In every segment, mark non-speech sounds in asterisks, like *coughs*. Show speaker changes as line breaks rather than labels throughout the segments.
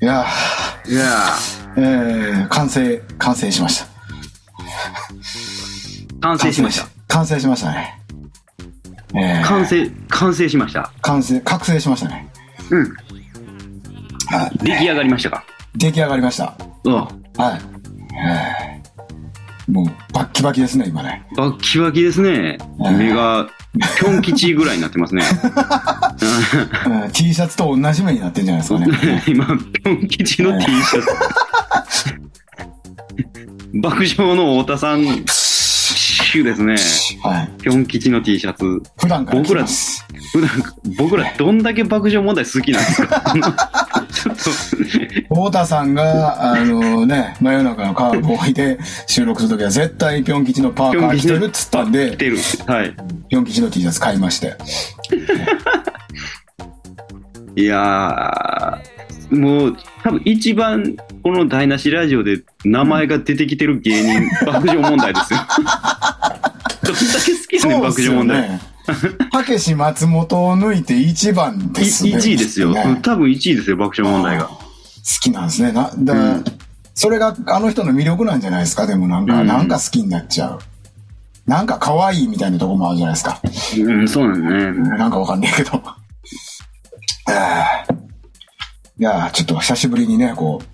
いや
いや
ー、えー、完成、完成しました。
ー完成しました。
完成しましたね。えー、
完成、完成しました。
完成、覚醒しましたね。
うん。
はい。
出来上がりましたか。
出来上がりました。
うん。バ
はい。えー、もう、バッキバキですね、今
*laughs*
ね。
ッキバキですね。目が、ぴょん吉ぐらいになってますね。
うん、T シャツと同じ目になってんじゃないですかね。
*laughs* 今、ぴょん吉の T シ *laughs* ャツ。爆笑の太田さん、シュですね。
はい。
ぴょん吉の T シャツ。
普段から
僕ら
着ます。
普段僕らどんだけ爆笑問題好きなんです *laughs* かあのちょっと
太田さんが、あのね、真夜中のカーボーイで収録するときは絶対ピョン吉のパーカー着てるっつったん
来
で、
てるはい
ピョン吉の T シャツ買いまして。
いやーもう多分一番この台無しラジオで名前が出てきてる芸
*laughs*
人爆笑問題ですよどんだけ好きやねん
っ
爆笑問題。
たけし松本を抜いて一番
い
ですね。
1位ですよ、
ね
多分1位ですよ爆笑問題が
好きなんですね。なだ
うん
それがあの人の魅力なんじゃないですか。でもなんか、
うん
なんか好きになっちゃう。なんか可愛いみたいなとこもあるじゃないですか。
うんそうなんね
なんかわかんないけど。 *laughs* あーいやーちょっと久しぶりにね、こう、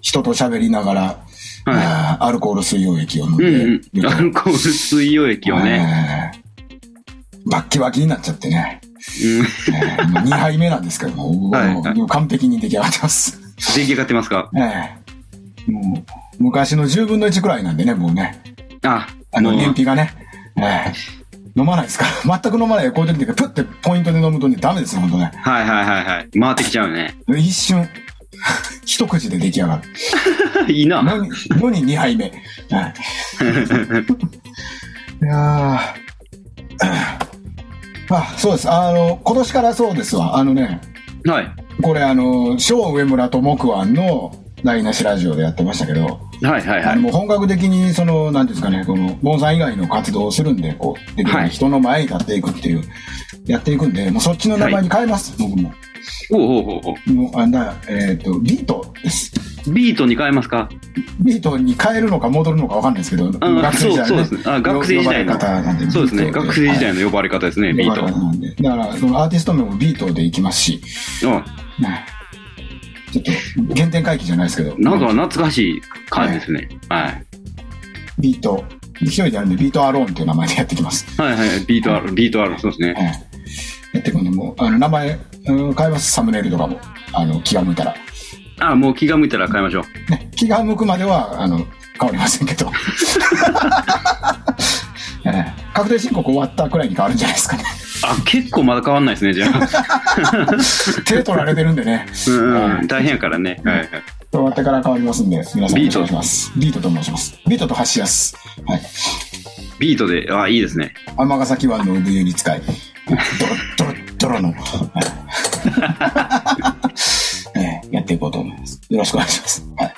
人と喋りながら、あーアルコール水溶液を飲ん
う
で
んう
る
ん
と
アルコール水溶液をね、
えーバッキバキになっちゃってね。
うん、
えーもう2杯目なんですけども、
はい
もうもう完璧に出来上がってます。 *laughs*
出来上がってますか
ええもう、昔の10分の1くらいなんでね、もうね。
あ
あの、
もう
燃費がね。ええ飲まないですから。 *laughs* 全く飲まない。こういう時って、プッてポイントで飲むとね、ダメですよ、ほんとね。
はいはいはいはい回ってきちゃうね *laughs*
一瞬、 *laughs* 一口で出来上がる。
いいな
のに、のに2杯目。はい
*laughs*
いやーあ、そうです。あの、今年からそうですわ。あのね、
はい。
これあの、小上村と木庵の台無しラジオでやってましたけど、
はいはいは
あ
い
の。もう本格的にその、なんていうんですかね、この、盆栽以外の活動をするんで、こう、出てくる
はい
人の前に立っていくっていう、やっていくんで、もうそっちの名前に変えます、僕も。
おうおうおうお
もう、あんだ、えっ、と、ビートです。
うビートに変えますか
ビートに変えるのか戻るのかわかんないですけど、
あ
学生時代
そう
ね
そうですねあ学生時
呼ばれ
代の
方なんで
そうですね。
ビート
学生時代の呼ばれ方ですね、ビー
はい呼ばれ
ト。
方なんでだから、そのアーティスト名もビートでいきますし、はいちょっと、原点回帰じゃないですけど、
うん。なんか懐かしい感じですね。はい。
ビート、一人でやるんで、ビートアローンっていう名前でやってきます。
はいはい。ビートある、ビートある。そうですね。
ええやっていくんで、もう、あの、名前、うん変えます、サムネイルとかも、あの、気が向いたら。
あもう気が向いたら変えましょう。
ね、気が向くまでは、あの、変わりませんけど。 *laughs* ええ確定申告終わったくらいに変わるんじゃないですかね。
あ、結構まだ変わんないですね、じゃあ。
手取られてるんでね、
うんうん。大変やからね。はいはい。
終わってから変わりますんで、皆さんお願
ビ
い
ート
します。ビートと申します。ビートと橋安。はい。
ビートで、あ、いいですね。
尼崎湾の産湯に使い、ドロッドロッドロの、 *laughs* ええやっていこうと思います。よろしくお願いします。はい。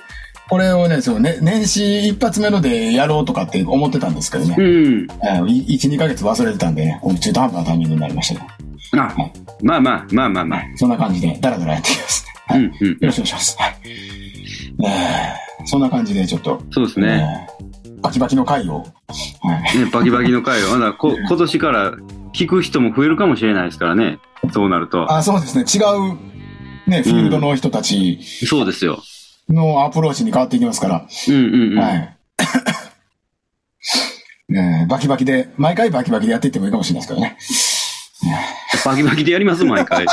これをね、そうね、年始一発目のでやろうとかって思ってたんですけどね
う、
え
ん。
えい1、2ヶ月忘れてたんでね、この中途半端なタイミングになりましたけ
あ、まあまあ、まあまあまあ。
ど、そんな感じで、だらだらやっていきます。は
う
い。よ
んうん。
ろしくお願いします。はい。ええそんな感じでちょっと、
そうですね。
ええバキバキの回を、はい。
ね、バキバキの回は、まだこ今年から聞く人も増えるかもしれないですからね。そうなると。
あ、そうですね、違う、ね、フィールドの人たち、
そうですよ。
のアプローチに変わっていきますから。
うんうんうん。
はい。 *coughs* ねえバキバキで、毎回バキバキでやっていってもいいかもしれないですけどね。
バキバキでやります、毎
*laughs*
回。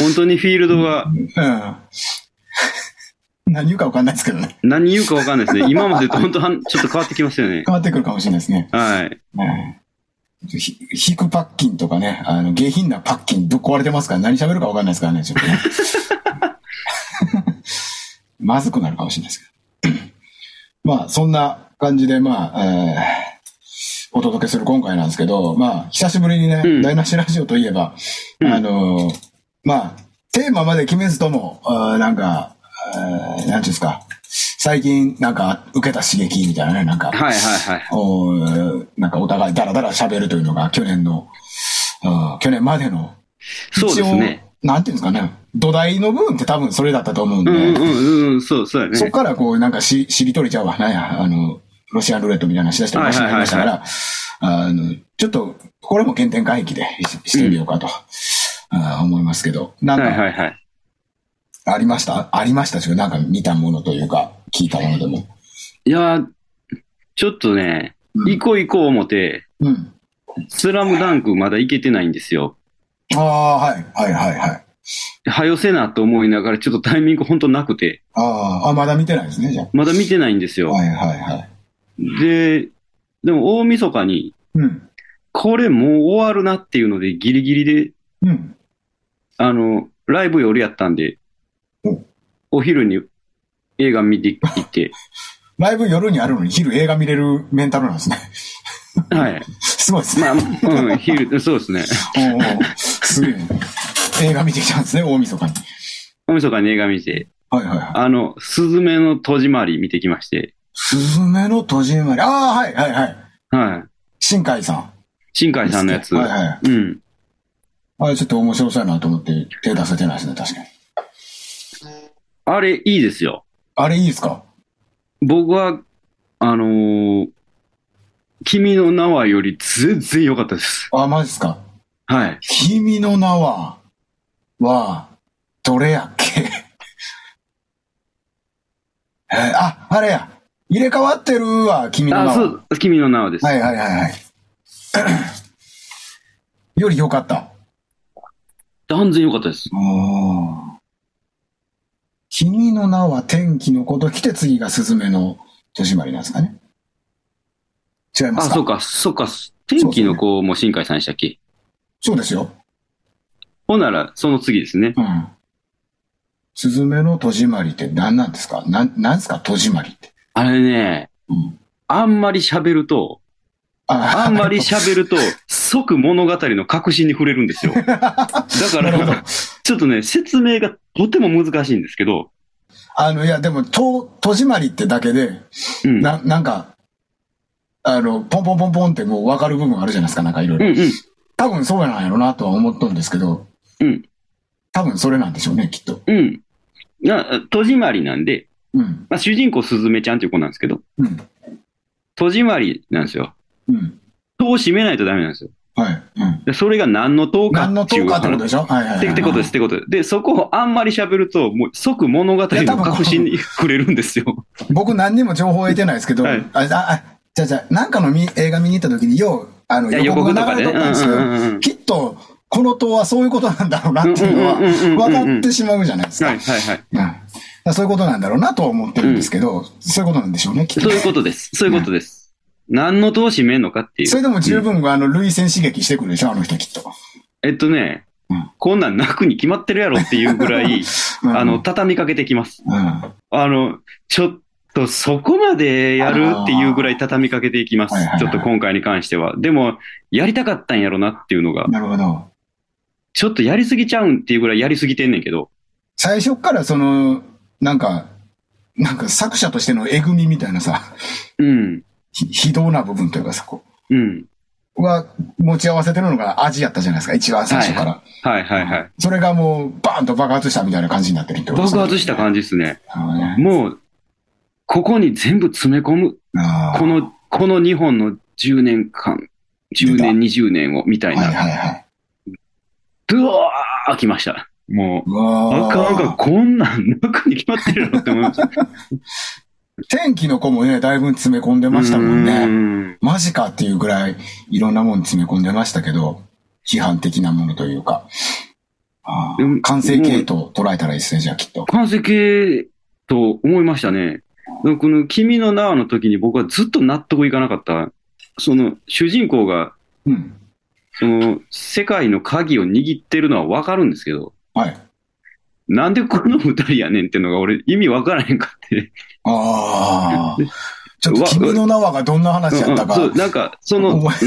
本当にフィールドが
うん。 *laughs* 何言うか分かんないですけどね。
何言うか分かんない
*laughs*
ですね。今までと本当はんちょっと変わってきましたよね。
変わってくるかもしれないですね。
はい。
ねえひ引くパッキンとかね、あの、下品なパッキンぶっ壊れてますから、何喋るか分かんないですからね、ちょっとね。 *laughs* まずくなるかもしれないですけど。まあ、そんな感じで、まあ、えーお届けする今回なんですけど、まあ、久しぶりにね、
うん
台無しラジオといえば、
うん
あのーまあ、テーマまで決めずとも、あーなんか、えーなんていうんですか、最近なんか受けた刺激みたいなね、なんか、
はいはいはい。
おーなんかお互いダラダラ喋るというのが去年の、あー去年までの、
そうですね。
一応なんていうんですかね、土台の部分って多分それだったと思うん
う
で、
んうんうんうん、そう、そうや
そっ
ね。
からこう、なんかし、しりとりちゃうわ。なんや、あの、ロシアンルーレットみたいなのしだしたり
はい
し
はいは
なりま
いはい
したから、あの、ちょっと、これも原点回帰でししてみようかと、あー思いますけど、なん
はい
か、
はいはい。
ありました、ありましたし、なんか見たものというか、聞いたものでも。
いやー、ちょっとね、
うん
行こう行こう思って、
うん。
スラムダンクまだ行けてないんですよ。
ああ、はい、はい、はい、はい。
はよせなと思いながら、ちょっとタイミングほんとなくて、
あーあ、まだ見てないですね、じゃ
まだ見てないんです
あ。
よ。
はい、はい、はい。
で、でも大晦日に、
うん。
これもう終わるなっていうので、ギリギリで、
うん。
あの、ライブ夜やったんで
お、
お昼に映画見て
*laughs*
行って、
ライブ夜にあるのに昼映画見れるメンタルなんですね。 *laughs*
はい。
すごいですね。
まあ、うん、昼、そうですね。
おうおうすげえ。映画見てきたんですね、大晦日に。
大晦日に映画見て、
はいはいはい。
あの、スズメの戸締まり見てきまして、
すずめの戸締まり。ああ、はいはいはい。
はい。
新海さん。
新海さんのやつ。
はいはい。
うん。
あれちょっと面白そうやなと思って手出せてないですね、確かに。
あれ、いいですよ。
あれいいですか
僕は、あのー君の名はより全然良かったです。
あ、マジっすか
はい。
君の名は、は、どれやっけ *laughs* えーあ、あれや。入れ替わってるわ、君の名は。
あ、そう、君の名はです。
はいはいはい *coughs* はい。より良かった。
断然良かったです。
ああ。君の名は天気のこと来て次がスズメの戸締まりなんですかね。違いま
あ、
すか
そうか、そうか。天気の子も新海さんでしたっけ
そうですよ。
ほんなら、その次ですね。
うん。スズメの戸締まりって何なんですかなん、なんですか戸締まりって。
あれね、
うん。
あんまり喋ると、
あ
あんまり喋
*laughs*
ると、即物語の核心に触れるんですよ。だか
*laughs* なるほど
ら、ちょっとね、説明がとても難しいんですけど、
あの、いや、でも、と、戸締まりってだけで、
うん。
な、なんか、あの、ポンポンポンポンってもう分かる部分あるじゃないですか、なんかいろい
うん
ろ。
うん。
多分そうなんやろなとは思っとんですけど、
うん。
多分それなんでしょうね、きっと。
うん。な、戸締まりなんで、
うん。
まあ、主人公すずめちゃんっていう子なんですけど、
うん。
戸締まりなんですよ。
うん。
戸を閉めないとダメなんですよ。
はい。うん。
でそれが何の戸か
何の
ってい
党
う
かってこと
話
でしょはいはい、は
っ
い。
てってことです、ってことです。で、そこをあんまり喋ると、もう即物語
いや多
の
分
核心に触れるんですよ。
僕何にも情報を得てないですけど、
はい
あ、あ、あ、じゃあじゃあなんかのみ映画見に行った時に、よう、あの、
いや予告とか
流
ね。
れ
う
と
ん
ったんですけ
う
ど、
んうんうん。
きっと、この党はそういうことなんだろうなっていうのは、
うんうんうんうんうん
分かってしまうじゃないですか。
はいはいはい。
うんだからそういうことなんだろうなとは思ってるんですけど、そういうことなんでしょうね、きっと
*laughs* そう。いうことです。そういうことです。何の戸を閉めんのかってい。
そうれでも十分、あの、類腺刺激してくるでしょ、あの人きっと。
えっとね
うん、
こんなん泣くに決まってるやろっていうぐらい、
うん
*laughs* あの、、畳みかけてきます。
うん。
あの、ちょっとそこまでやるっていうぐらい畳みかけていきま
あ
す
ーはいはいは。い
ちょっと今回に関しては。でも、やりたかったんやろなっていうのが、
なるほど。
ちょっとやりすぎちゃうんっていうぐらいやりすぎてんねんけど、
最初っからその、なんか、なんか作者としてのえぐみみたいなさ、
うん、
ひ非道な部分というかさ、こ
うん、
う、は持ち合わせてるのが味やったじゃないですか、一番最初から。
はいはいはい。
それがもう、バーンと爆発したみたいな感じになってるってこと
爆発した感じですね。
じ。なるほどね
もう、ここに全部詰め込む。
あー
この、この2本の10年間、10年、20年を、みたい
はい
な。
はいはい。
ドワー来ました。も
う
う、あ
わ
かんあかん、
ー
こんなん中に決まってるやろって思いま
*laughs*
した。
天気の子もね、だいぶ詰め込んでましたもん
う
ね。
ん
マジかっていうぐらい、いろんなもん詰め込んでましたけど、批判的なものというか。あー
でも
完成形と捉えたらいいですね、じゃあきっと。
完成形と思いましたね。でこの君の名はの時に僕はずっと納得いかなかった。その主人公が
うん。
その世界の鍵を握ってるのはわかるんですけど、
はい。
なんでこの二人やねんっていうのが俺意味わからへんかって。
ああ
で。
ちょっと君の名はがどんな話やったか。
うんうんそう、なんかその、
お
なんか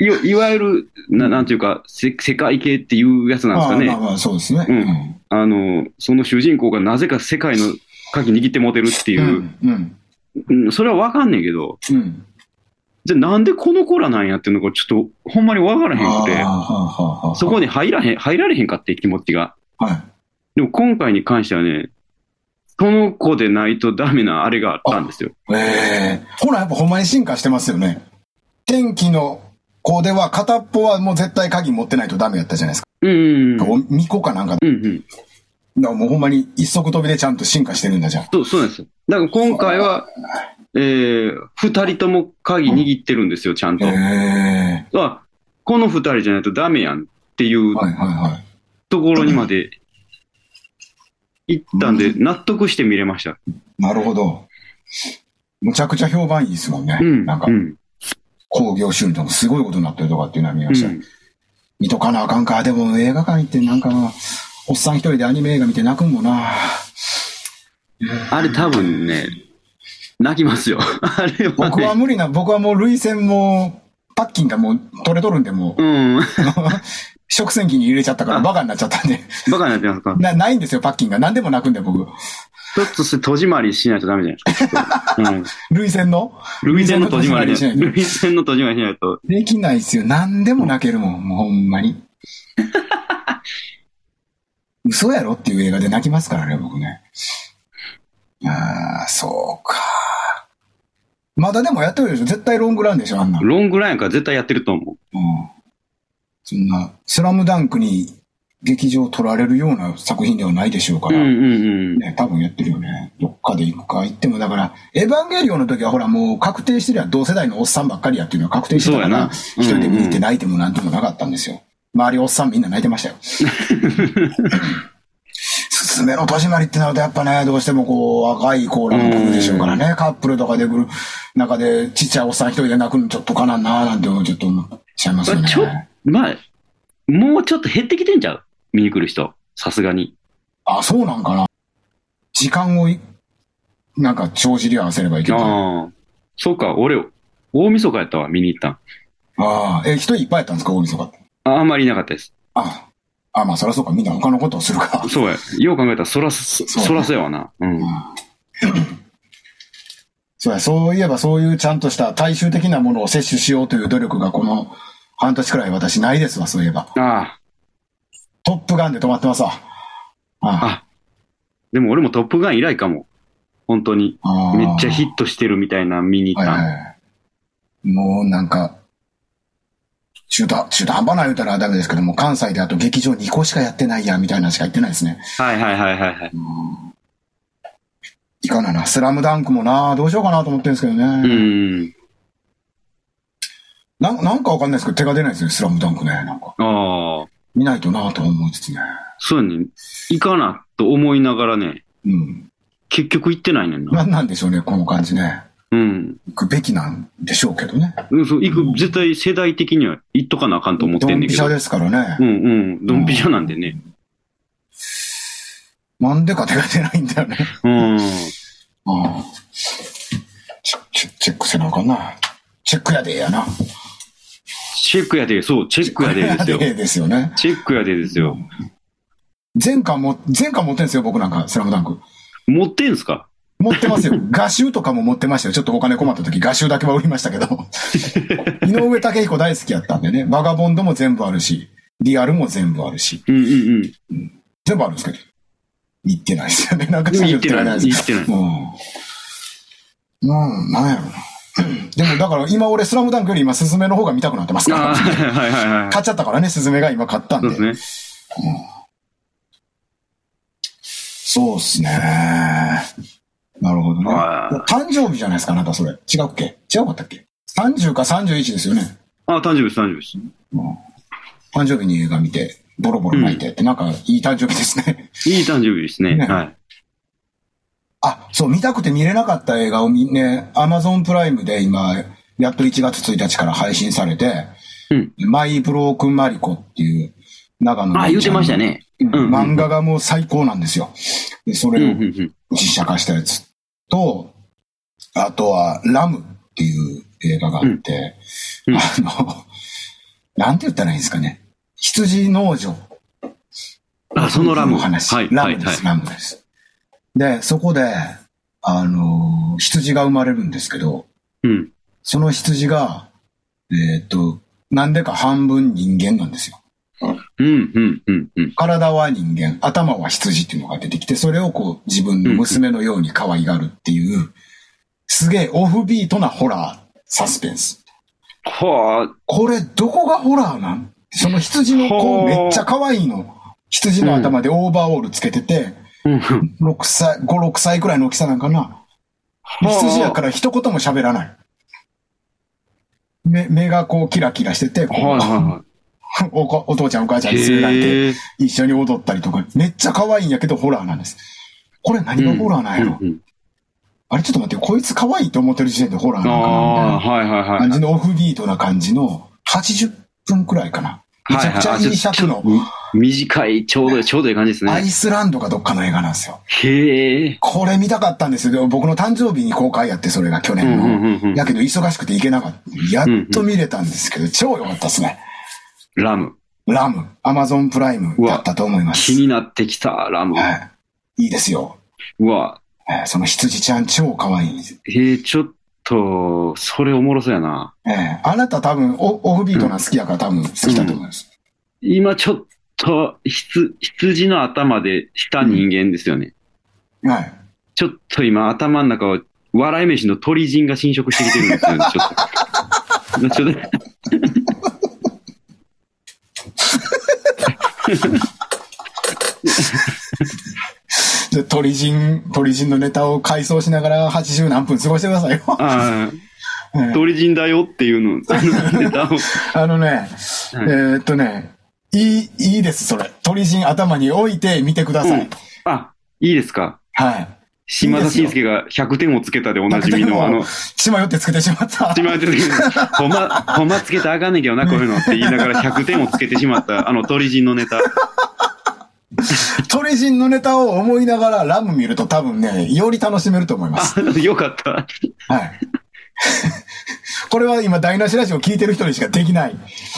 前、
いわいわゆる、ななんていうか、せ世界系っていうやつなんですかね。
まあまあまあ、そうですね。
うんあの、その主人公がなぜか世界の鍵握ってモテるって
う
い
ん。う
う、
ん。うん。
うんそれはわかんねんけど、
うん。
じゃあなんでこの子らなんやっていうのがちょっとほんまにわからへん
あ
くて
あ、はあはあはあ
そこに入らへん、入られへんかって気持ちが。
はい。
でも今回に関してはね、その子でないとダメなあれがあったんですよ。
ええほら、やっぱほんまに進化してますよね。天気の子では片っぽはもう絶対鍵持ってないとダメやったじゃないですか。
うんうんうん。
お巫女かなんか。だか
うんうん。
らもうほんまに一足飛びでちゃんと進化してるんだじゃん。
そう、そうなんですよ。だから今回は、えー、二人とも鍵握ってるんですよ、ちゃんと。
ええ
あ、この二人じゃないとダメやんっていう
はいはいはい。
ところにまで行ったんで、納得して見れました。
なるほど。むちゃくちゃ評判いいですもんね。
うん。
なんか
う、ん。
工業収入ともすごいことになってるとかっていうのは見
う
ました。
ん
見とかなあかんか。でも映画館行ってなんか、おっさん一人でアニメ映画見て泣くんもな。
あれ多分ね、泣きますよ。あれは、ね。
僕は無理な、僕はもう涙腺も、パッキンがもう取れとるんで、もう。
うん。
食洗機に入れちゃったからバカになっちゃったんで。 *laughs*
バカになってますか
な、ないんですよ、パッキンが。何でも泣くんだよ、僕。
ちょっとそれ戸締まりしないとダメじゃないですか。
涙腺の
うん。類線の戸締まりしないと。
涙
類線の戸締まりしないと。
できないっすよ。何でも泣けるもん、もうほんまに。 *laughs* 嘘やろっていう映画で泣きますからね、僕ね。ああ、そうか。まだでもやってるでしょ絶対ロングランでしょあんな。うん。
ロングラインやから絶対やってると思う。
そんな、スラムダンクに劇場取られるような作品ではないでしょうか
うん
ら。
うんうん。
ね、多分やってるよね。どっかで行くか行っても、だから、エヴァンゲリオンの時はほらもう確定してるやん同世代のおっさんばっかりやっていうのは確定してたから、
そう
一
やな
人で見に行って泣いてもなんともなかったんですよ。周りおっさんみんな泣いてま *laughs* したよ。すすめの戸締まりってなるとやっぱね、どうしてもこう、若い子らも来るでしょうからね、カップルとかで来る中で、ちっちゃいおっさん一人で泣くのちょっとかなんなーなんてちょっと思っちゃいますよね。
ちょまあ、もうちょっと減ってきてんちゃう見に来る人。さすがに。
あ、そうなんかな。時間をい、なんか帳尻合わせればいいけど。
ああ。そうか、俺、大晦日やったわ、見に行ったん。
ああ、え、人いっぱいやったんですか大晦日って。
ああんまりいなかったです。
ああ、あまあ、そりゃそうか。みんな他のことをするか。
そうや。よう考えたら、そら、そ
そう
そらそうやわな。う
うん
ん。
そうや、そういえばそういうちゃんとした大衆的なものを摂取しようという努力がこの半年くらい私ないですわ、そういえば。
ああ。
トップガンで止まってますわ。あ
でも俺もトップガン以来かも。本当に。
あ
めっちゃヒットしてるみたいなの見に行
は
っ
い
たん。
はいはい。もうなんか、中途、中途半端な言うたらダメですけども、関西であと劇場2個しかやってないや、みたいなのしか言ってないですね。
はいはいはいはいはい。
いかなな。スラムダンクもな、どうしようかなと思ってるんですけどね。
うん。
なんなんかわかんないですけど、手が出ないですね、スラムダンクね。なんか、
ああ。
見ないとなぁと思いつつね。
そうやね。行かなと思いながらね、
うん。
結局行ってないねんな。
なんなんでしょうね、この感じね。
うん。
行くべきなんでしょうけどね。
うんそう行く、絶対世代的には行っとかなあかんと思って
ド
ん
ン
ねん
ピ
け
シ
ど
ャ。ですから
う
ね。
んうん。ドンピシャなんでね。
なんでか手が出ないんだよね。
うん。
うん。チェチェチェックせなあかんな。チェックやでやな。
チェックやで、そう、チェックやでですよ
チェック。やでですよね。
チェックやでですよ。
前巻も、前巻持ってんすよ、僕なんか、スラムダンク。
持ってんすか
持ってます
*laughs*
よ。画集とかも持ってましたよ。ちょっとお金困った時、画集だけは売りましたけど。
*laughs*
井上武彦大好きやったんでね。バガボンドも全部あるし、リアルも全部あるし、
うんうんうん。
全部あるんですけど。行ってないですよね。なんか
行ってない、行ってない。
うん。うん、なんやろな。 *clears throat* でもだから今俺スラムダンクより今スズメの方が見たくなってますか
ああ、
ら。
はいはいはいはい。
買っちゃったからね、スズメが今買ったん
そ
で。
うです
そうっすね。なるほどね。
は
誕生日じゃないですか、なんかそれ。違うっけ違うかったっけ ?30 か31ですよね。
ああ、誕生日です、誕生日
誕生日に映画見て、ボロボロ泣いてって、なんかいい誕生日ですね。
です。いい誕生日ですね。
ね
はい。
あ、そう、見たくて見れなかった映画をみね、アマゾンプライムで今、やっと1月1日から配信されて、
うん
マイ・ブロークン・マリコっていう、長野の
ああ、言ってましたね。
うん。
うん
漫画がもう最高なんですよ。で、そ
うん
れを
うんうん。
実写化したやつと、あとは、ラムっていう映画があって、
うんうん
あの、なんて言ったらいいんですかね。羊農場。
あ、そのラム。
お
はい
話。
はい
ラ
は
ム
い
です、。ラムです。で、そこで、あの、羊が生まれるんですけど、
うん。
その羊が、えーっと、なんでか半分人間なんですよ。
うん、うん、うん、うん。
体は人間、頭は羊っていうのが出てきて、それをこう自分の娘のように可愛がるっていう、すげえオフビートなホラー、サスペンス。
はあ、
これどこがホラーなんその羊の子
ほう
めっちゃ可愛いの。羊の頭でオーバーオールつけてて、
うん、は
6歳、5、6歳くらいの大きさなんかな。羊やから一言も喋らない。目、目がこうキラキラしてて、
あ、はい、は
おこお父ちゃんお母ちゃん
い、
に連れら
はい。
れて、
へえ。
一緒に踊ったりとか、めっちゃ可愛いんやけどホラーなんです。これ何がホラーなんやろ、
うんうん
あれちょっと待って、こいつ可愛いと思ってる時点でホラー
あ
なんかなみたい
あ、
な
はい、はい、はい
感。じのオフビートな感じの80分くらいかな。めちゃくちゃいい尺の
ははあちょちょ短い、ちょうど、ちょうどいい感じです
アイ
ね。
スランドかどっかの映画なんですよ。
へえ。
これ見たかったんですよ。でも僕の誕生日に公開やって、それが去
うん
年の。
うんうんうん
やけど忙しくて行けなかった。やっと見れたんですけど、超良かったですね。
ラム。
ラム、アマゾンプライムだったと思います
気。になってきた、ラム。
はい。いいですよ。
うわ、
えーその羊ちゃん超可愛いんです。
へえ、ちょっと、それおもろそうやな。
ええあなた多分オ、オフビートな好きやから多分好きだと思います。
今ちょっと、羊羊の頭でした人間ですよね。
はい。
ちょっと今頭の中を笑い飯の鳥人が侵食してきてるんですよ、ちょっと。 *laughs* ちょっと。
で鳥人、鳥人のネタを回想しながら80何分過ごしてくださいよ。 *laughs*
あ
え
あ、
え
鳥人だよっていうの、
*laughs*
あのネタを。
あのね、えーっとね、いい、いいです、それ。鳥人頭に置いてみてください。
うんあ、いいですか。
はい。
島田紳介が100点をつけたでおなじ
*laughs*
みの、あの、
血迷ってつけてしまった。
島田紳
*laughs*
介ほんま、ほんまつけたらあかんねんけどな、こういうのって言いながら100点をつけてしまった、あの鳥人のネタ。 *laughs*
鳥人のネタを思いながらラム見ると多分ね、より楽しめると思います。
あ、よかった。
はい。 *laughs* これは今、台無しラジオ聞いてる人にしかできない、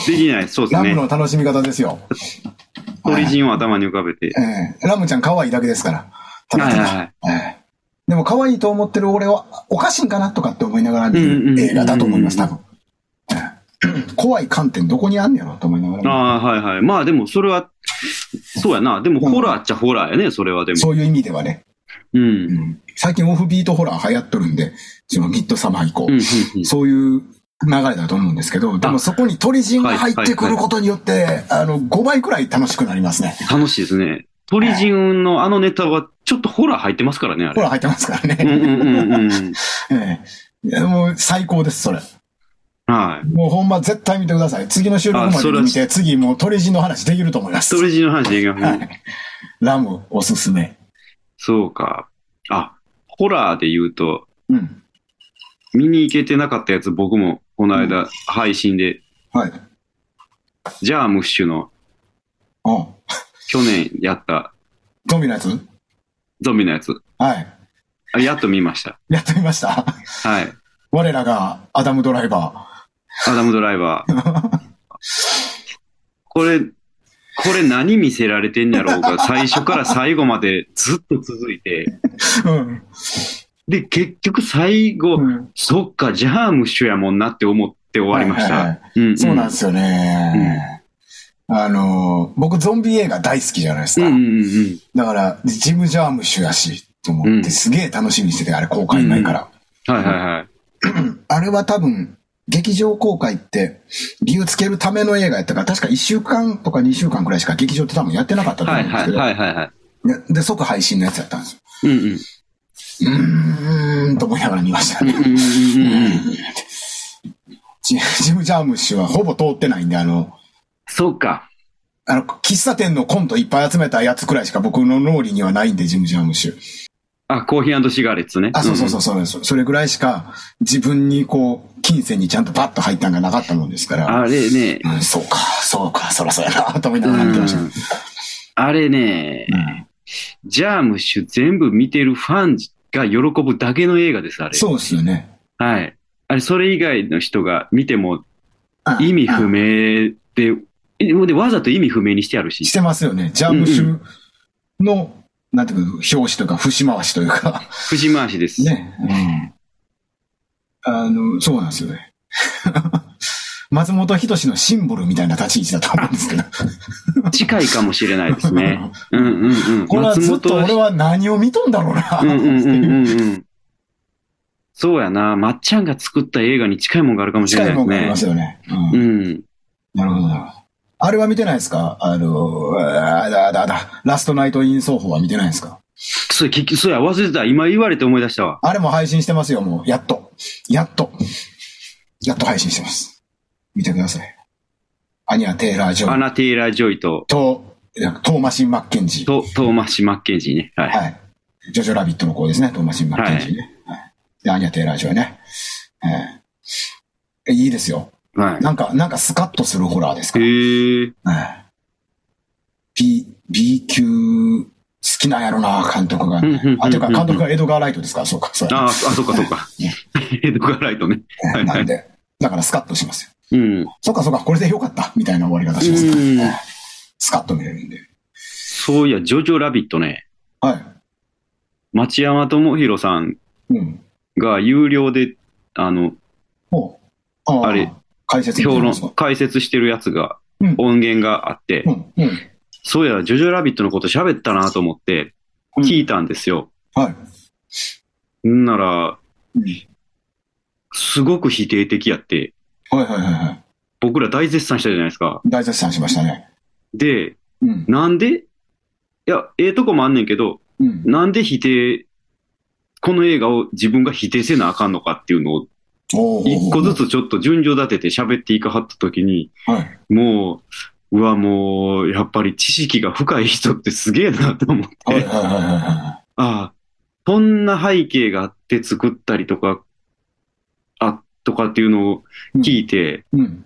できない、そうで
ラ
す
ム
ね。
の楽しみ方ですよ。
鳥人を頭に浮かべて。
ええラムちゃん可愛いだけですから。ただ
はい
た
はいは
だ
い。
ええでも可愛いと思ってる俺はおかしいんかなとかって思いながら見
うんうんうん
る映画だと思います、多分。ええ怖い観点どこにあんねやろと思いながら。
ああ、はいはい。まあでも、それは、そうやな。でも、ホラーっちゃホラーやね、それはでも。
そういう意味ではね、
うん。う
うんん最近オフビートホラー流行っとるんで、そのミッドサマー以降
うんう、ん。
そういう流れだと思うんですけど、でもそこに鳥人が入ってくることによって、あの、5倍くらい楽しくなりますね。
楽しいですね。鳥人のあのネタは、ちょっとホラー入ってますからね、あ
ホ
れ。
ラー入ってますから
うん
ね。
うんうんうん。
ええいやもう最高です、それ。
はい。
もうほんま絶対見てください。次の収録までに見て、次もう鳥人の話できると思います。
鳥人の話できます
は
ね。
い。ラムおすすめ。
そうか。あ、ホラーで言うと、
うん。
見に行けてなかったやつ、僕も、この間、配信で、
はい。
ジャームッシュの
うん。
去年やった
ゾンビのやつ
ゾンビのやつ、
はい。
あやっと見ました。
やってみました。 *laughs*
はい。
我らがアダムドライバ
アダムドライバー。
*laughs*
これ、これ何見せられてんやろうが、最初から最後までずっと続いて、
ー。うん。
で、結局最後、
うん
そっか、ジャームッシュやもんなって思って終わりまし
はいはい
た
は。
うんうん
そうなんですよね。あのー、僕ゾンビ映画大好きじゃないです
うん
か。
うんうんうん。
だから、ジム・ジャームシュやし、と思っ
う
て、
ん
すげえ楽しみにしてて、あれ公開前から。
はいはいはい。
あれは多分、劇場公開って、理由つけるための映画やったから、確か1週間とか2週間くらいしか劇場って多分やってなかったと思
は
う
い
んです
は
け
い
ど、
はいはいはい。
でで、即配信のやつやったんですよ。
うんう
う
ん。
ーん、と思いながら見ました
うん
ね。
うんうんうんうん。
ジジム・ジャーム氏はほぼ通ってないんで、あの、
そっか。
あの、喫茶店のコントいっぱい集めたやつくらいしか僕の脳裏にはないんで、ジム・ジャーム氏。
あ、コーヒーシガレッツね。
あ、そうそうそううそう、そそれぐらいしか自分にこう、金銭にちゃんとバッと入ったんがなかったもんですか
ん。
ら、
あれね、
うん、そうか、そうか、そらそうやな、と思いながら見てました。
うんあれね、
うん
ジャームッシュ全部見てるファンが喜ぶだけの映画です、あれ。
そうですよね。
はい。あれ、それ以外の人が見ても
うん
意味不明で、えでわざと意味不明にしてあるし
し。てますよね。ジャムシュの、なんていうか、表紙というか、節回しというか、
節回しです。
ね。うん。あの、そうなんですよね。 *laughs* 松本人志のシンボルみたいな立ち位置だと思うんですけど。
近いかもしれないで
*laughs*
すね。うんうんうん。
これは
松
ずっと
本
俺は何を見とんだろうな。
うんうんうんうんうん。そうやな。まっちゃんが作った映画に近いもんがあるかもしれ
近
ないい
もんがあり
で
ます
ね。
すよね。うん
うん。
なるほどなるほど。あれは見てないですかあの、あだあだあだ、ラストナイトイン奏法は見てないですか
そう、結局、そうや、忘れてた。今言われて思い出したわ。
あれも配信してますよ、もう。やっと。やっと。やっと配信してます。見てください。アニア・テイラー・ジョ
ア
イ
ナ・テイラー・ジョイと、
と、いやトーマシン・マッケンジー。
と、トーマシ・マッケンジーね。はい。
はい。ジョジョ・ラビットの子ですね、トーマシン・マッケンジーね。はいで、アニア・テイラー・ジョイね。えーいいですよ。
は
なんか、なんかスカッとするホラーです
い。
か
へえ。
ら。B、B 級、好きなんやろな、監督が
うんうんうんう
ね
ん。
あ、というか、監督がエドガー・ライトですから、そうか、そうや
ああ、そっかそっか
*laughs* ね。
エドガー・ライトね。はいはい
なんで、だからスカッとしますよ。
うん。
そっかそっか、これでよかった、みたいな終わり方します
うん
ね。スカッと見れるんで。
そういや、ジョジョ・ラビットね。
はい。
町山智博さん
うん。
が有料で、あの、
もう、あー
あれ、
解説
評論
すか、
解説してるやつが
うん、
音源があって
う、ん、うん。
そういや、ジョジョ・ラビットのこと喋ったなと思って、
うん
聞いたんですよ。
はい。
んなら
うん、
すごく否定的やって、
はいはいはいは
僕ら大絶賛したじゃないですか。
い。大絶賛しましたね。
で、
うん。
なんでいや、ええとこもあんねんけど、
うん。
なんで否定、この映画を自分が否定せなあかんのかっていうのを、
おー
一個ず。つちょっと順序立てて喋っていかはったときに、
はい。
もう、うわ、もう、やっぱり知識が深い人ってすげえなと思っ
はいはい
て、
はいはいは
ああ、こんな背景があって作ったりとか、あ、とかっていうのを聞いて、
い。うん。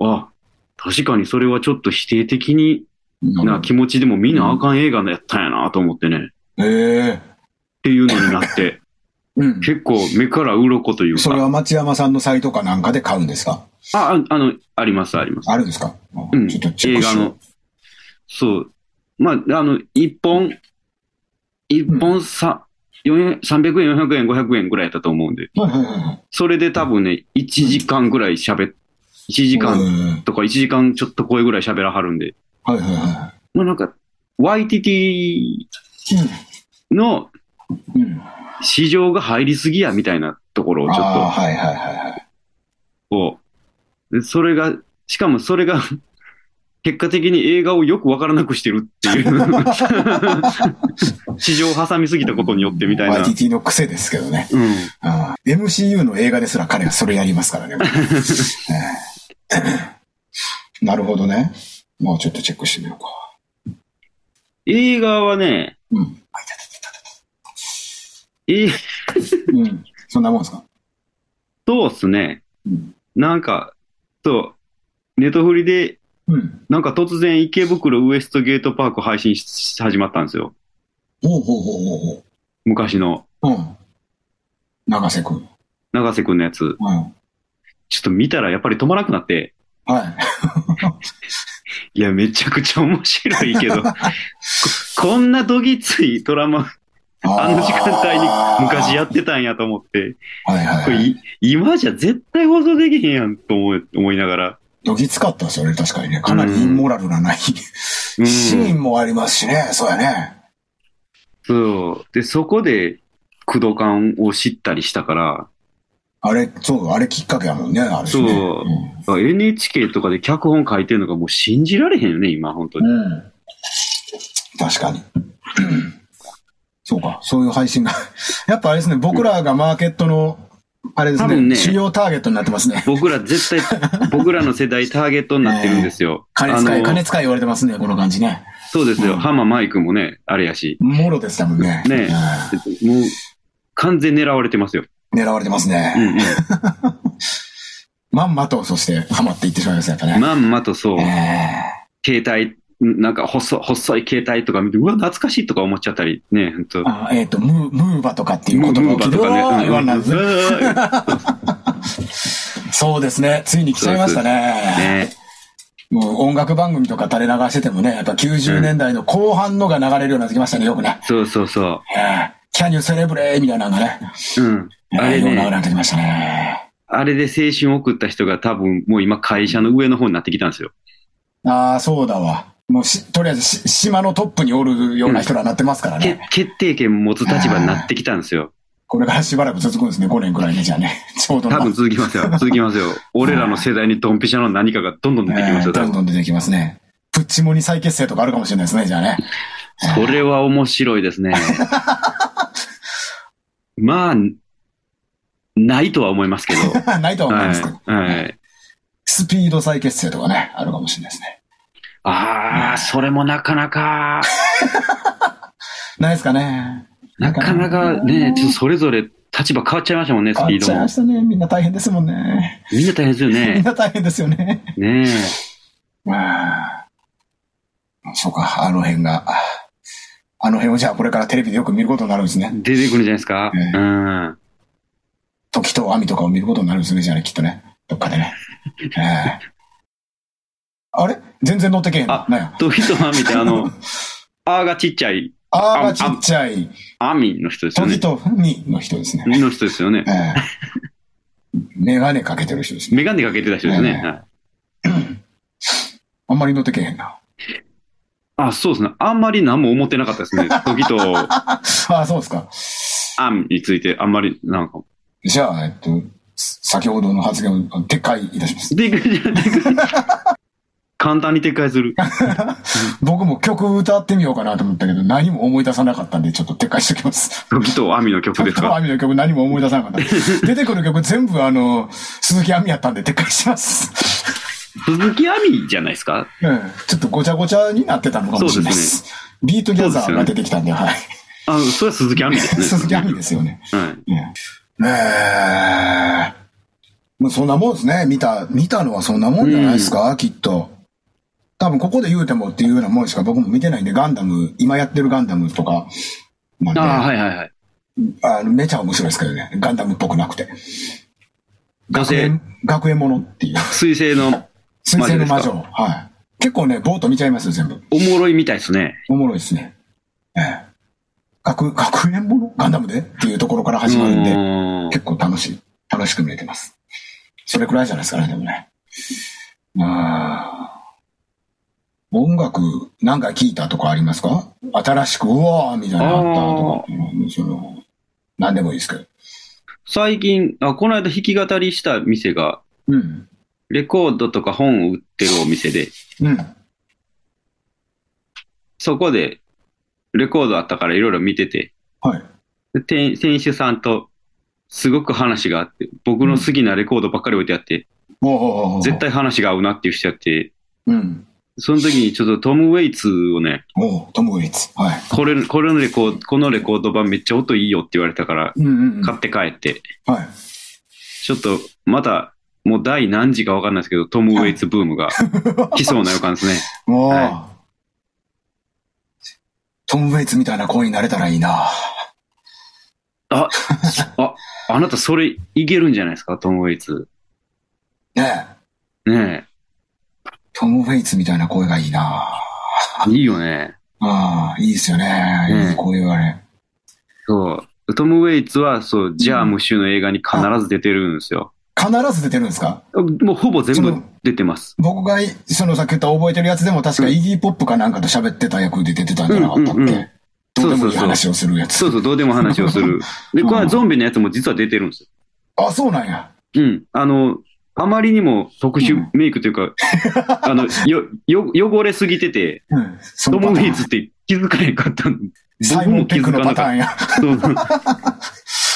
あ、確かにそれはちょっと否定的に
な
な気持ちでも見なあかん映画やったんやなと思ってね、っ
ええ。
ていうのになって、
うん。
結構目から鱗という
それ
か、
は町山さんのサイトかなんかで買うんですか
あ、ああの、ありますあります。
あるんですか
うん
ちょっとチェッ
映
クし
画
よ
の
う。。
そう。まあ、あの、一本、一本さ、4円、300円、400円、500円ぐらいだったと思うんで、
はいはいはいはい。
それで多分ね、1時間ぐらい喋っ、1時間
間。
とか1時間ちょっと声ぐらい喋らはるんで、
はいはいは
まあなんか、YTT
い。
の
うん。うん。
市場が入りすぎやみたいなところをちょ
ああ、
っ
はいはいはいはい。
とこう、でそれが、しかもそれが、 *laughs* 結果的に映画をよくわからなくしてるっていう。市場を挟みすぎたことによってみたいな。うん。
YTT の癖ですけどね。あー MCU の映画ですら彼はそれやりますからね。 *laughs* えーなるほどね。もうちょっとチェックしてみようか。
映画はね、
うん。
えー、
うん。そんなもんですか
そうっすね
うん。
なんか、そう、ネトフリで、
うん。
なんか突然池袋ウエストゲートパーク配信しし始まったんですよ。
ほうほうほうほう
昔の
ほう。うん。長瀬くん。うん。
長瀬くんのやつ。
はい。
ちょっと見たらやっぱり止まらなくなって、いや、めちゃくちゃ面白い
*laughs*
けど、ここんなどぎついドラマ、あの時間帯に昔や
っ
ってたんやと思って、
はいはい
これ
はい。
い今じゃ絶対放送できへんやんと思い思いながら、
どぎつかったですよね、確かにね。かなりインモラルなない、
うん、
シーンもありますしね、そうやね。
そう。で、そこで、工藤感を知ったりしたから、
あれ、そう、あれきっかけやもんね、あれね。
そうん NHK とかで脚本書いてるのがもう信じられへんよね、今、本当に。
うん。確かに。そうか、そういう配信が。 *laughs* やっぱあれですね、僕らがマーケットの、あれです
多分
ね、
ね
主要ターゲットになってますね。
僕ら絶対、
*laughs*
僕らの世代ターゲットになってるんですよ。
金使い、
あの
金使い言われてますね、この感じね。
そうです
う
よ。
ん
浜マイクもね、あれやし。
もろでしたもんね。
ねもう、完全狙われてますよ。
うん狙われてますね。
うんうん。
まんまと、そして、ハマっていってしまいますね、やっぱね。
まんまとそう、
え
携帯、なんか細細い携帯とか見て、うわ、懐かしいとか思っちゃったり、ね、ほんと
ー。あえっ、と、ムー、ムーバとかっていう言
ムー
葉
ム
を
ーバ
聞い
ー
て、
とかね
うわー言わんなんです
う
ね
わー
そうですね。ついに来ちゃいましたね。
ね。
もう音楽番組とか垂れ流しててもね、やっぱ90年代の後半のが流れるようになってきましたね、よくね。
そうそうそ
キャニューセレブレーみたいなのがね、
う。うん。あれ
ようなように
ね、
なってきましたね。
あれで青春を送った人が多分もう今会社の上の方になってきたんですよ。
ああ、そうだわ。もうし、とりあえずし、島のトップにおるような人らになってますから
け
ね。
決定権持つ立場になってきたんですよ。
これからしばらく続くんですね、5年くらいね、じゃあね。 *laughs* ちょうどな
多分続きますよ。続きますよ。俺らの世代にドンピシャの何かがどんどん出てきます
えー
よ、
ど
多
ん
分。
どん出てきますね。プッチモニ再結成とかあるかもしれないですね、じゃあね。 *laughs*
それは面白いですね。まあ、ないとは思いますけど。
ないとは思い
は
ま
い
すけど。。
はい。
スピード再結成とかね、あるかもしれないですね。
ああ、それもなかなか、
ないですかね。
なかなかね、ちょっとそれぞれ立場変わっちゃいましたもんね、ス
変わ
ピ
っ
ー
ち
ド
ゃい
も
ま。したね。みんな大変ですもんね。
みんな大変ですよ
みん *laughs*
ね。
な大変ですよね。
ね
まあ、そうか、あの辺が。あの辺をじゃあこれからテレビでよく見ることになるんです
え
ね。
出てくるんじゃないですか。
ええ
うん。
時と網とかを見ることになるんですね、じゃあね、きっとね。どっかでね。ええあれ全然乗ってけへんの
あ
なんや。
ドキトマミってあ
*laughs*
の、あーがちっちゃい、
あーがちっちゃい、
アミの人ですよ
時
ね。
とにの人ですね。
の人ですよね。
ええ
*laughs*
メガネかけてる人ですね。
メガネかけてた人ですね。
え
はい
あんまり乗ってけへんな。
あ、そうですね。あんまり何も思ってなかったですね。時と
ああ、そうですか。
アンについてあんまり、なんか。 *laughs*
じゃあ、えっと、先ほどの発言を撤回いたします。
でかいじゃんでかい簡単に撤回する。
僕も曲歌ってみようかなと思ったけど、何も思い出さなかったんで、ちょっと撤回しておき *laughs* ます。
時とアミの曲です
と
か。
アミの曲何も思い出さなか *laughs* った。出てくる曲全部あの、鈴木亜美やったんで撤回します。
鈴木アミじゃないですか。
うんちょっとごちゃごちゃになってたのかもしれないです。ビートギャザーが出てきたんで、はい。
あ、それは鈴木アミです
*laughs*
ね。
鈴木亜美ですよね。
はい。
ねえ。もうそんなもんですね。見た、見たのはそんなもんじゃないですか、きっと。多分ここで言うてもっていうようなもんしか僕も見てないんで、ガンダム、今やってるガンダムとか、なんで、
あー
あ
はいはいはい。
のめちゃ面白いですけどね。ガンダムっぽくなくて。
女
学
性、
園、学園ものっていう。
水星の
水星の魔
マジ
女。はい。結構ね、ボート見ちゃいますよ、全部。
おもろいみたいですね。
おもろいですね。ええ。学、学園ものガンダムでっていうところから始まるんで。
うーん
結構楽しい、楽しく見れてます。それくらいじゃないですかね、でもね。まあ、音楽なんか聞いたとかありますか新しく、うわーみたいなのあったとかっていうのは、その、なんでもいいですけど。
最近あ、この間弾き語りした店が、
うん。
レコードとか本を売ってるお店で、
うん。
そこでレコードあったからいろいろ見てて、
はい。
で店店主さんとすごく話があって、僕の好きなレコードばっかり置いてあって、
おうおうおうおう
絶。対話が合うなっていう人やって、
うん。
その時にちょっとトム・ウェイツをね、
おうトム・ウェイツ。はい。
これ、これのレコード、このレコード版めっちゃ音いいよって言われたから、
うんうんうん。
買っ
は
て帰って、
い。
ちょっとまた、もう第何時かわかんないですけど、トム・ウェイツブームが来そうな予感ですね。
もう、
は
トム・ウェイツみたいな声になれたらいいな。
あ、あ、あなたそれいけるんじゃないですか、トム・ウェイツ。
ねえ。
ね
トム・ウェイツみたいな声がいいな。
え、いいよね。
ああ、いいですよ
うん
ね。いい声はね。
そう。トム・ウェイツは、そう、ジャームシュの映画に必ず出てるんですよ。
必ず出てるんですか
もうほぼ全部出てます。
僕がい、そのさっき言った覚えてるやつでも確かイギーポップかなんかと喋ってた役で出てたんじゃなかったっけ、
うんうんうん
どうでも
そうそう
いい
そう
話をするやつ。
そうそう、どうでも話をする。で、このゾンビのやつも実は出てるんですよ。
あ、そうなんや。
うん。あの、あまりにも特殊メイクと
*laughs*
いうか、あの、よ、よ、汚れすぎてて、
うん。そ
ト
の
ム・ウ
パターン
ェイツって気づかへんかったん
サイモン・ペックのパターンや。
そうそう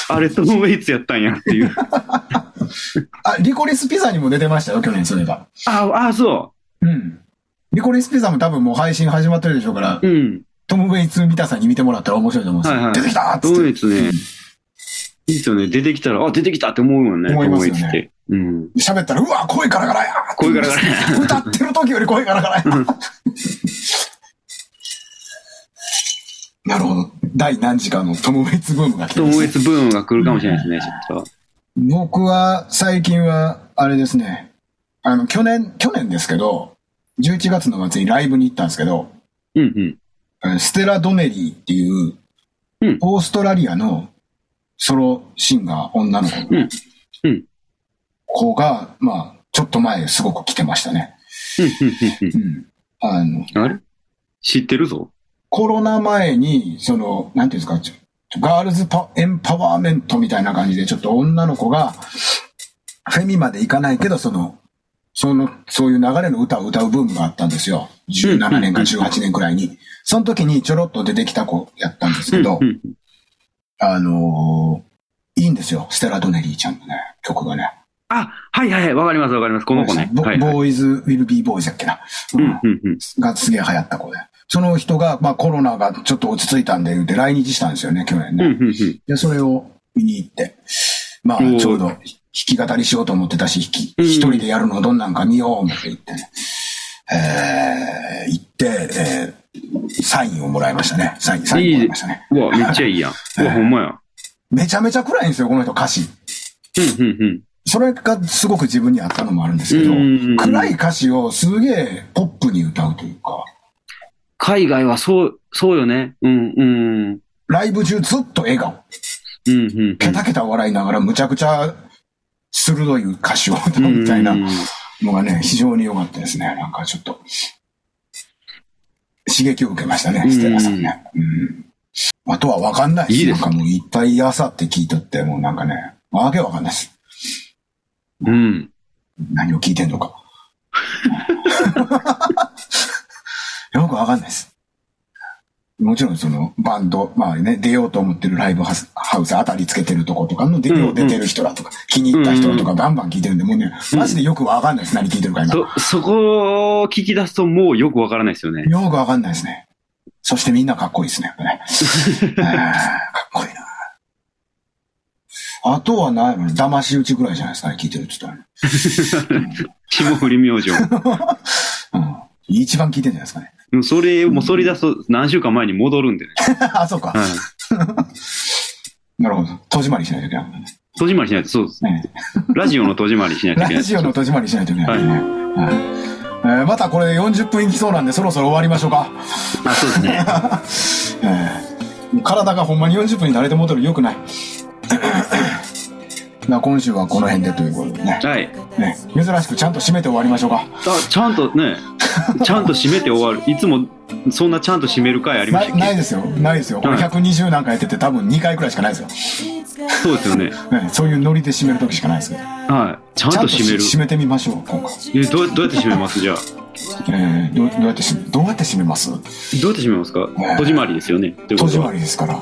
あれ、トム・ウェイツやったんやっていう。
あ、リコリスピザにも出てましたよ、去年、それが。
ああ、そ
うん。リコリスピザも多分もう配信始まってるでしょうから、
う。うん。
トム・ウェイツ見たさんに見てもらったら面白いと思うんですよ。
はいはい
出てきたーっ
ト
つっ
ム・
て
ウェイツね、いいですよね。出てきたら、あ、出てきたって思うよね、
思い
トム・
ま
ウ
すよ
ェイ
ね
ツって。うん。
喋ったら、うわ、声ガラガラや
声ガラガラ
ラ歌ってる時より声ガラガラやなるほど。第何時かのトム・ウェイツブームが来て
ト
ま
ム・ウ
す
ェイ
ね。
ツブームが来るかもしれないですね、ちょっと。
僕は、最近は、あれですね。あの、去年、去年ですけど、11月の末にライブに行ったんですけど、
うんうん。
えーステラ・ドネリーっていう
うん、
オーストラリアのソロシンガー、女の子
うんうん
子が、まあ、ちょっと前すごく来てましたね。うん。あの、
あれ知ってるぞ。
コロナ前に、その、なんていうんですか、ちょガールズパエンパワーメントみたいな感じで、ちょっと女の子が、フェミまでいかないけど、その、その、そういう流れの歌を歌うブームがあったんですよ。17年か18年くらいに。その時にちょろっと出てきた子やったんですけど
うんう、ん
あのーいいんですよ。ステラ・ドネリーちゃんのね、曲がね。
あ、はいはいはい、わかりますわかります。この子ね。
ボ
はいはい。
ボーイズ・ウィル・ビー・ボーイズやっけな。
う
うん
んうんうん。
がすげえ流行った子で。その人が、まあコロナがちょっと落ち着いたんで言うて来日したんですよね、去年
う
ね。
んうんうん。
で、それを見に行って、まあ
おー
ちょうど弾き語りしようと思ってたし、弾き
うん
一人でやるのはどんなんか見よう思って行ってね。えー、行って、えー、サインをもらいましたね。サイン、サインもらいましたね。
うわ、めっちゃいいやん。うわ、ほんまや。
めちゃめちゃ暗いんですよ、この人歌詞。
うんうん
それがすごく自分に合ったのもあるんですけど
うんうんうん、
暗い歌詞をすげえポップに歌うというか、
海外はそう、そうよね。うんうん。うん
ライブ中ずっと笑顔。
うんうん。
ケタケタ笑いながらむちゃくちゃ鋭い歌詞を歌うみたいな
うんうん
のがね、非常に良かったですね。なんかちょっと、刺激を受けましたね
う、ん
ステラさんね。うん。あとはわかんない
いい
し、
で
な
す
んかもういっぱい朝って聞いとって、もうなんかね、わけわかんないです。
うん。
何を聞いてんのか。 *laughs* よくわかんないです。もちろんそのバンド、まあね、出ようと思ってるライブハスハウス当たりつけてるとことかの出よう出てる人らとか、気に入った人らとかバンバン聞いてるんで、もうね、マジでよくわかんないです。何聞いてるか今。よ
そ、そこを聞き出すともうよくわからないですよね。
くわかんないですね。そしてみんなかっこいいですね、やっぱ *laughs* ね。あーかっこいいな。あとは何やろね騙し討ちぐらいじゃないですかね、聞いてるって言ったらね。
霜降り明星。
うん。一番聞いてるんじゃないですかね。 *laughs*
もうそれ、もうそれ出すと何週間前に戻るんでね。
あ、そうか。
はい。
なるほど。戸締まりしないといけない。
戸締まりしないと、そうです。
ね、
ラジオの戸締まりしないといけな
ラ
い。
ジオの戸締まりしないといけない、ね
は
はいえーまたこれ40分いきそうなんでそろそろ終わりましょうか、
あ、そうですね。
えー体がほんまに40分に慣れてもうてるよくない *clears throat* な今週はこの辺でということでね
はい。
ね珍しくちゃんと締めて終わりましょうか
あ、ちゃんとね、ちゃんと締めて終わる。いつもそんなちゃんと締める回ありま
な
したっ
ない
け
ですよないですよこれ
はい
120なんかやってて多分2回くらいしかないですよ、
そうですよね。
ねそういうノリで締める時しかないですけど
はい。ちゃん
ちゃ
と
んとし
締める。
締めてみましょう今回、
えどうどうやって締めますじゃあ。
えーどうどうやって締めどうやって締めます
どうやって締めますか戸締まりですよね。という
戸
こと
締
は。
まりですから
は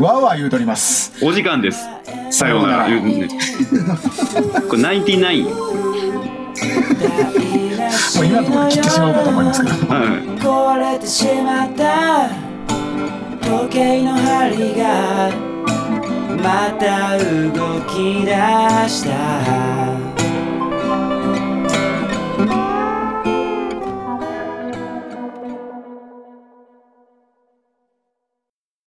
わーわー言うとります
い。お時間です。さようなら。言うねこれ99。
もう今のところで切ってしまおうかと思いますけど
はい。
壊れてしまった時計の針がまた動き出した